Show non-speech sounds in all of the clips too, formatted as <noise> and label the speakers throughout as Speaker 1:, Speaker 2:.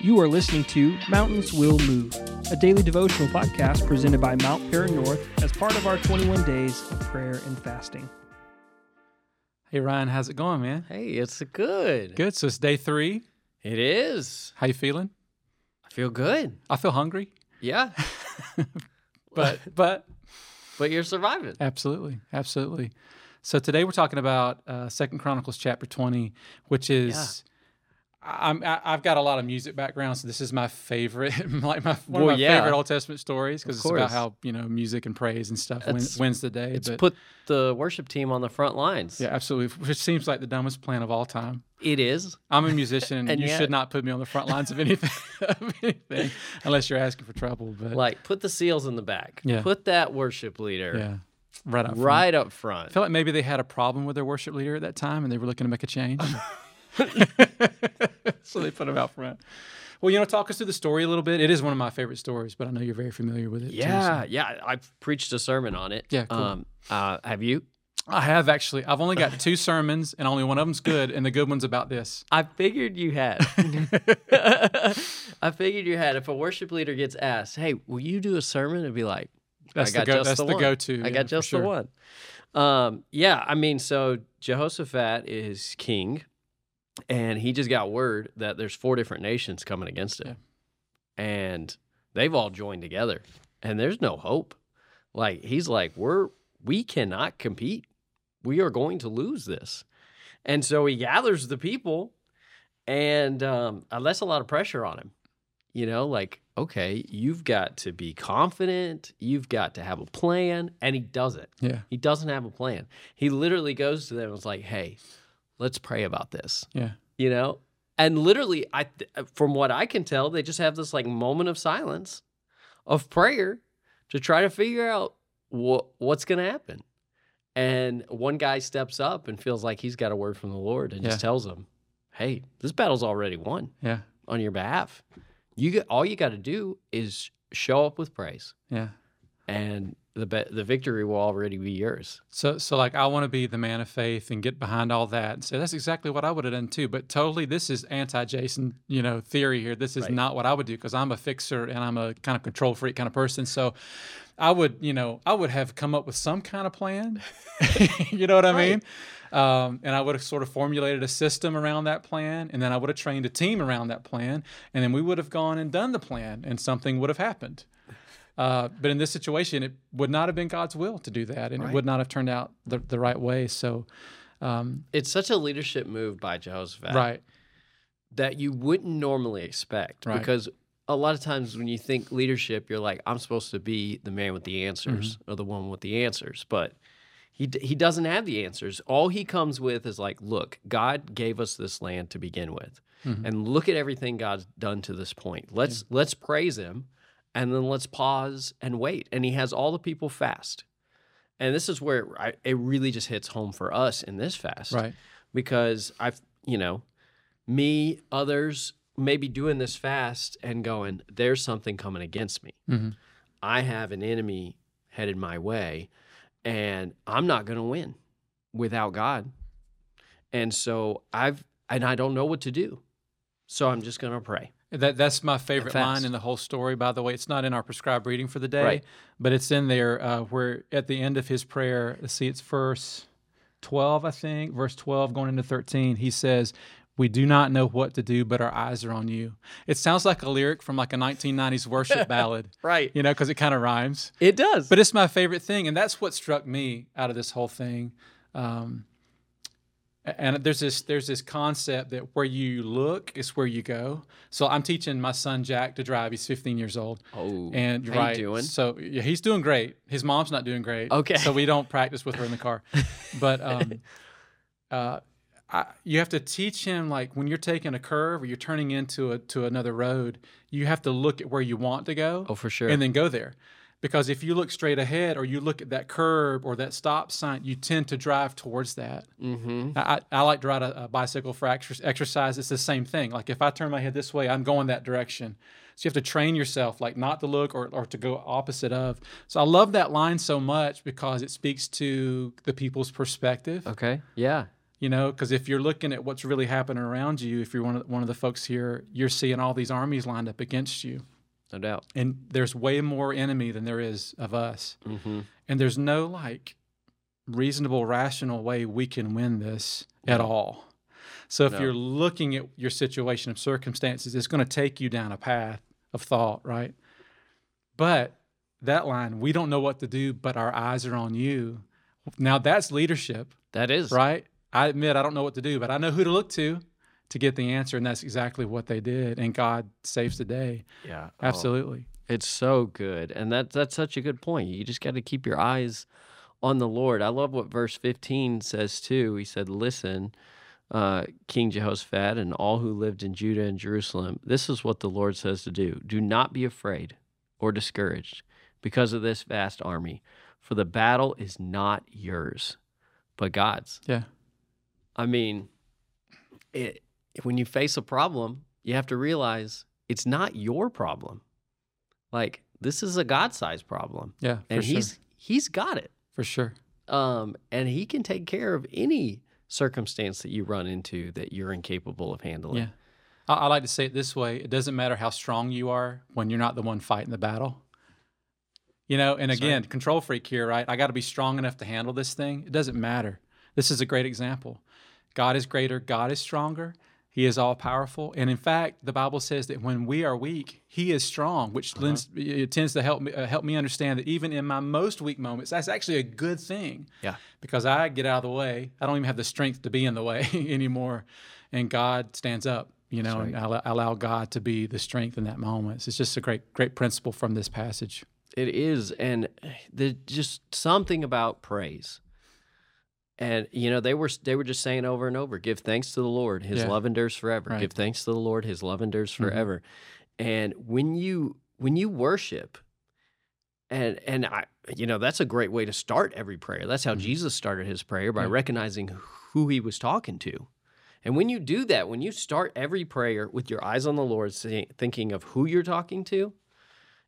Speaker 1: You are listening to Mountains Will Move, a daily devotional podcast presented by Mount Para North as part of our 21 days of prayer and fasting. Hey Ryan, how's it going, man?
Speaker 2: Hey, it's good.
Speaker 1: Good. So it's day three.
Speaker 2: It is.
Speaker 1: How you feeling?
Speaker 2: I feel good.
Speaker 1: I feel hungry,
Speaker 2: Yeah, <laughs>
Speaker 1: but but
Speaker 2: but you're
Speaker 1: <laughs>
Speaker 2: surviving.
Speaker 1: absolutely, absolutely. So today we're talking about uh, Second Chronicles chapter 20, which is. I- I'm, I- I've got a lot of music background, so this is my favorite, <laughs> like my one
Speaker 2: Well,
Speaker 1: of my
Speaker 2: yeah.
Speaker 1: favorite Old Testament stories because it's about
Speaker 2: course.
Speaker 1: how you know music and praise and stuff win,
Speaker 2: It's-
Speaker 1: wins the day.
Speaker 2: It's
Speaker 1: but-
Speaker 2: put the worship team on the front lines.
Speaker 1: Yeah, absolutely. Which seems like the dumbest plan of all time.
Speaker 2: It is.
Speaker 1: I'm a musician, and
Speaker 2: <laughs> And
Speaker 1: you
Speaker 2: yet-
Speaker 1: should not put me on the front lines of anything, <laughs> of anything unless you're asking for trouble. But
Speaker 2: Like put the seals in the back.
Speaker 1: Yeah.
Speaker 2: Put that worship leader
Speaker 1: yeah, right up. front.
Speaker 2: right up front.
Speaker 1: I feel like maybe they had a problem with their worship leader at that time, and they were looking to make a
Speaker 2: <laughs>
Speaker 1: change. so they put him out front. Well, you know, talk us through the story a little bit. It is one of my favorite stories, but I know you're very familiar with it. too, so-
Speaker 2: yeah, yeah. I- I've preached a sermon on it.
Speaker 1: Yeah, cool.
Speaker 2: Um, uh, have you?
Speaker 1: I have actually. I've only got two sermons, and only one of them's good, and the good one's about this.
Speaker 2: I figured you had. <laughs> I figured you had. If a worship leader gets asked, "Hey, will you do a sermon?" It'd be like,
Speaker 1: That's
Speaker 2: "I
Speaker 1: the
Speaker 2: got
Speaker 1: go-
Speaker 2: just
Speaker 1: that's
Speaker 2: the,
Speaker 1: the
Speaker 2: one.
Speaker 1: go-to,
Speaker 2: I
Speaker 1: yeah,
Speaker 2: got
Speaker 1: for
Speaker 2: just
Speaker 1: sure.
Speaker 2: the one." Um, yeah, I mean, so Jehoshaphat is king, and he just got word that there's four different nations coming against him, and they've all joined together, and there's no hope. Like he's like, "We're we cannot compete. We are going to lose this." And so he gathers the people, and um, uh, that's a lot of pressure on him. You know, like, okay, you've got to be confident, you've got to have a plan. And he doesn't.
Speaker 1: Yeah,
Speaker 2: He doesn't have a plan. He literally goes to them and is like, hey, let's pray about this,
Speaker 1: yeah,
Speaker 2: you know? And literally, I, th- from what I can tell, they just have this like moment of silence, of prayer, to try to figure out what what's going to happen. And one guy steps up and feels like he's got a word from the Lord and
Speaker 1: Yeah.
Speaker 2: just tells him, "Hey, this battle's already won
Speaker 1: yeah,
Speaker 2: on your behalf. You get, all you got to do is show up with praise,
Speaker 1: yeah.
Speaker 2: and the be, the victory will already be yours.
Speaker 1: So, so like I want to be the man of faith and get behind all that and say that's exactly what I would have done too. But totally, this is anti-Jason, you know, theory here. This is
Speaker 2: Right.
Speaker 1: not what I would do because I'm a fixer and I'm a kind of control freak kind of person. So, I would, you know, I would have come up with some kind of plan. <laughs> you know what I mean? Um, and I would have sort of formulated a system around that plan, and then I would have trained a team around that plan, and then we would have gone and done the plan, and something would have happened. Uh, but in this situation, it would not have been God's will to do that, and it would not have turned out the, the right way. So,
Speaker 2: It's such a leadership move by Jehoshaphat
Speaker 1: right,
Speaker 2: that you wouldn't normally expect
Speaker 1: Right.
Speaker 2: because a lot of times when you think leadership, you're like, I'm supposed to be the man with the answers
Speaker 1: Mm-hmm.
Speaker 2: or the woman with the answers, but. He, d- he doesn't have the answers. All he comes with is like, look, God gave us this land to begin with.
Speaker 1: Mm-hmm.
Speaker 2: and look at everything God's done to this point. Let's let's praise him and then let's pause and wait. And he has all the people fast. And this is where I, it really just hits home for us in this fast
Speaker 1: right,
Speaker 2: because I've, you know, me, others maybe doing this fast and going, there's something coming against me.
Speaker 1: Mhm.
Speaker 2: I have an enemy headed my way and I'm not going to win without God. And so I've, and I don't know what to do. So I'm just going to pray.
Speaker 1: That that's my favorite line
Speaker 2: fast.
Speaker 1: in the whole story. By the way, it's not in our prescribed reading for the day,
Speaker 2: Right.
Speaker 1: but it's in there uh, where at the end of his prayer, let's see, it's verse twelve, I think, verse twelve going into thirteen. He says. We do not know what to do, but our eyes are on you. It sounds like a lyric from like a 1990s worship ballad,
Speaker 2: Right.
Speaker 1: you know, because it kind of rhymes.
Speaker 2: It does.
Speaker 1: But it's my favorite thing, and that's what struck me out of this whole thing. Um, a- and there's this there's this concept that where you look is where you go. So I'm teaching my son Jack to drive. He's 15 years old.
Speaker 2: oh,
Speaker 1: And you're
Speaker 2: how you
Speaker 1: right.
Speaker 2: doing?
Speaker 1: So yeah, he's doing great. His mom's not doing great.
Speaker 2: Okay.
Speaker 1: So we don't practice with her in the
Speaker 2: <laughs>
Speaker 1: car. But um, uh, I, you have to teach him like when you're taking a curve or you're turning into a to another road, you have to look at where you want to go
Speaker 2: oh, for sure.
Speaker 1: and then go there. Because if you look straight ahead or you look at that curb or that stop sign, you tend to drive towards that.
Speaker 2: mm-hmm.
Speaker 1: I, I I like to ride a, a bicycle for ex- exercise. It's the same thing. Like if I turn my head this way, I'm going that direction. So you have to train yourself, like not to look or, or to go opposite of. So I love that line so much because it speaks to the people's perspective.
Speaker 2: Okay. Yeah.
Speaker 1: you know because if you're looking at what's really happening around you if you're one of, one of the folks here you're seeing all these armies lined up against you
Speaker 2: no doubt.
Speaker 1: and there's way more enemy than there is of us
Speaker 2: Mm-hmm.
Speaker 1: and there's no like reasonable rational way we can win this at all so if
Speaker 2: No.
Speaker 1: you're looking at your situation of circumstances it's going to take you down a path of thought right but that line we don't know what to do but our eyes are on you now that's leadership
Speaker 2: That is
Speaker 1: right? I admit I don't know what to do, but I know who to look to to get the answer, and that's exactly what they did. And God saves the day.
Speaker 2: Yeah, oh,
Speaker 1: Absolutely.
Speaker 2: it's so good, and that that's such a good point. You just got to keep your eyes on the Lord. I love what verse fifteen says too. He said, "Listen, uh, King Jehoshaphat and all who lived in Judah and Jerusalem, this is what the Lord says to do: Do not be afraid or discouraged because of this vast army, for the battle is not yours, but God's."
Speaker 1: Yeah.
Speaker 2: I mean, it, when you face a problem, you have to realize it's not your problem. Like this is a God-sized problem,
Speaker 1: Yeah. For
Speaker 2: and
Speaker 1: sure.
Speaker 2: he's he's got it,
Speaker 1: for sure.
Speaker 2: um, and he can take care of any circumstance that you run into that you're incapable of handling.
Speaker 1: Yeah. I, I like to say it this way: it doesn't matter how strong you are when you're not the one fighting the battle. You know, and
Speaker 2: That's right.
Speaker 1: again, control freak here, right? I got to be strong enough to handle this thing. It doesn't matter. This is a great example. God is greater. God is stronger. He is all powerful. And in fact, the Bible says that when we are weak, He is strong, which
Speaker 2: Uh-huh.
Speaker 1: lends, it tends to help me, uh, help me understand that even in my most weak moments, that's actually a good thing.
Speaker 2: Yeah.
Speaker 1: Because I get out of the way. I don't even have the strength to be in the way <laughs> anymore. And God stands up, you know, and I allow- allow God to be the strength in that moment. So it's just a great, great principle from this passage.
Speaker 2: It is, and there's just something about praise. And you know they were they were just saying over and over, give thanks to the Lord, His
Speaker 1: Yeah.
Speaker 2: love endures forever.
Speaker 1: Right. Mm-hmm.
Speaker 2: Give thanks to the Lord, His love endures forever. And when you when you worship, and and I you know that's a great way to start every prayer. That's how Jesus started his prayer by
Speaker 1: Mm-hmm. Yeah.
Speaker 2: recognizing who he was talking to. And when you do that, when you start every prayer with your eyes on the Lord, say- thinking of who you're talking to,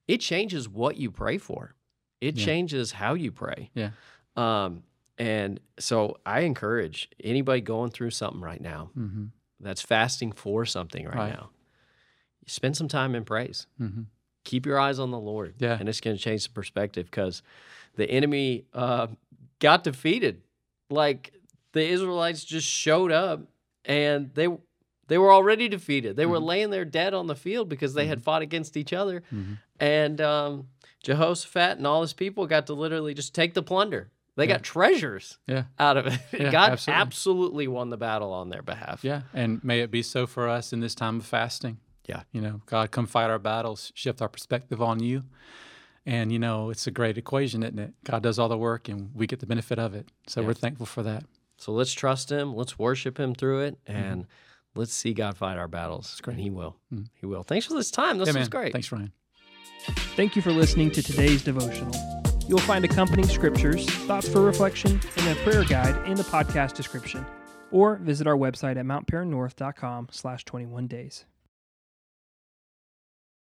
Speaker 2: it changes what you pray for. It
Speaker 1: Yeah.
Speaker 2: changes how you pray.
Speaker 1: Yeah.
Speaker 2: Um, and so I encourage anybody going through something right now
Speaker 1: Mm-hmm.
Speaker 2: that's fasting for something right,
Speaker 1: Right.
Speaker 2: now, spend some time in praise.
Speaker 1: Mm-hmm.
Speaker 2: Keep your eyes on the Lord.
Speaker 1: Yeah.
Speaker 2: And it's going to change the perspective because the enemy uh, got defeated. Like the Israelites just showed up and they. They were already defeated. They were laying there dead on the field because they had fought against each other
Speaker 1: Mm-hmm.
Speaker 2: and um, Jehoshaphat and all his people got to literally just take the plunder. They
Speaker 1: Yeah.
Speaker 2: got treasures
Speaker 1: Yeah.
Speaker 2: out of it.
Speaker 1: Yeah,
Speaker 2: God absolutely.
Speaker 1: absolutely.
Speaker 2: won the battle on their behalf.
Speaker 1: Yeah, and may it be so for us in this time of fasting.
Speaker 2: Yeah.
Speaker 1: You know, God, come fight our battles, shift our perspective on you. And, you know, it's a great equation, isn't it? God does all the work and we get the benefit of it. So
Speaker 2: Yeah.
Speaker 1: we're thankful for that.
Speaker 2: So let's trust Him. Let's worship Him through it,
Speaker 1: Mm-hmm.
Speaker 2: and let's see God fight our battles. And He will. He will. Thanks for this time. This
Speaker 1: Mm. Yeah,
Speaker 2: was
Speaker 1: man.
Speaker 2: great.
Speaker 1: Thanks, Ryan.
Speaker 3: Thank you for listening to today's devotional. You'll find accompanying scriptures, thoughts for reflection, and a prayer guide in the podcast description. Or visit our website at mountparentnorth.com slash 21 days.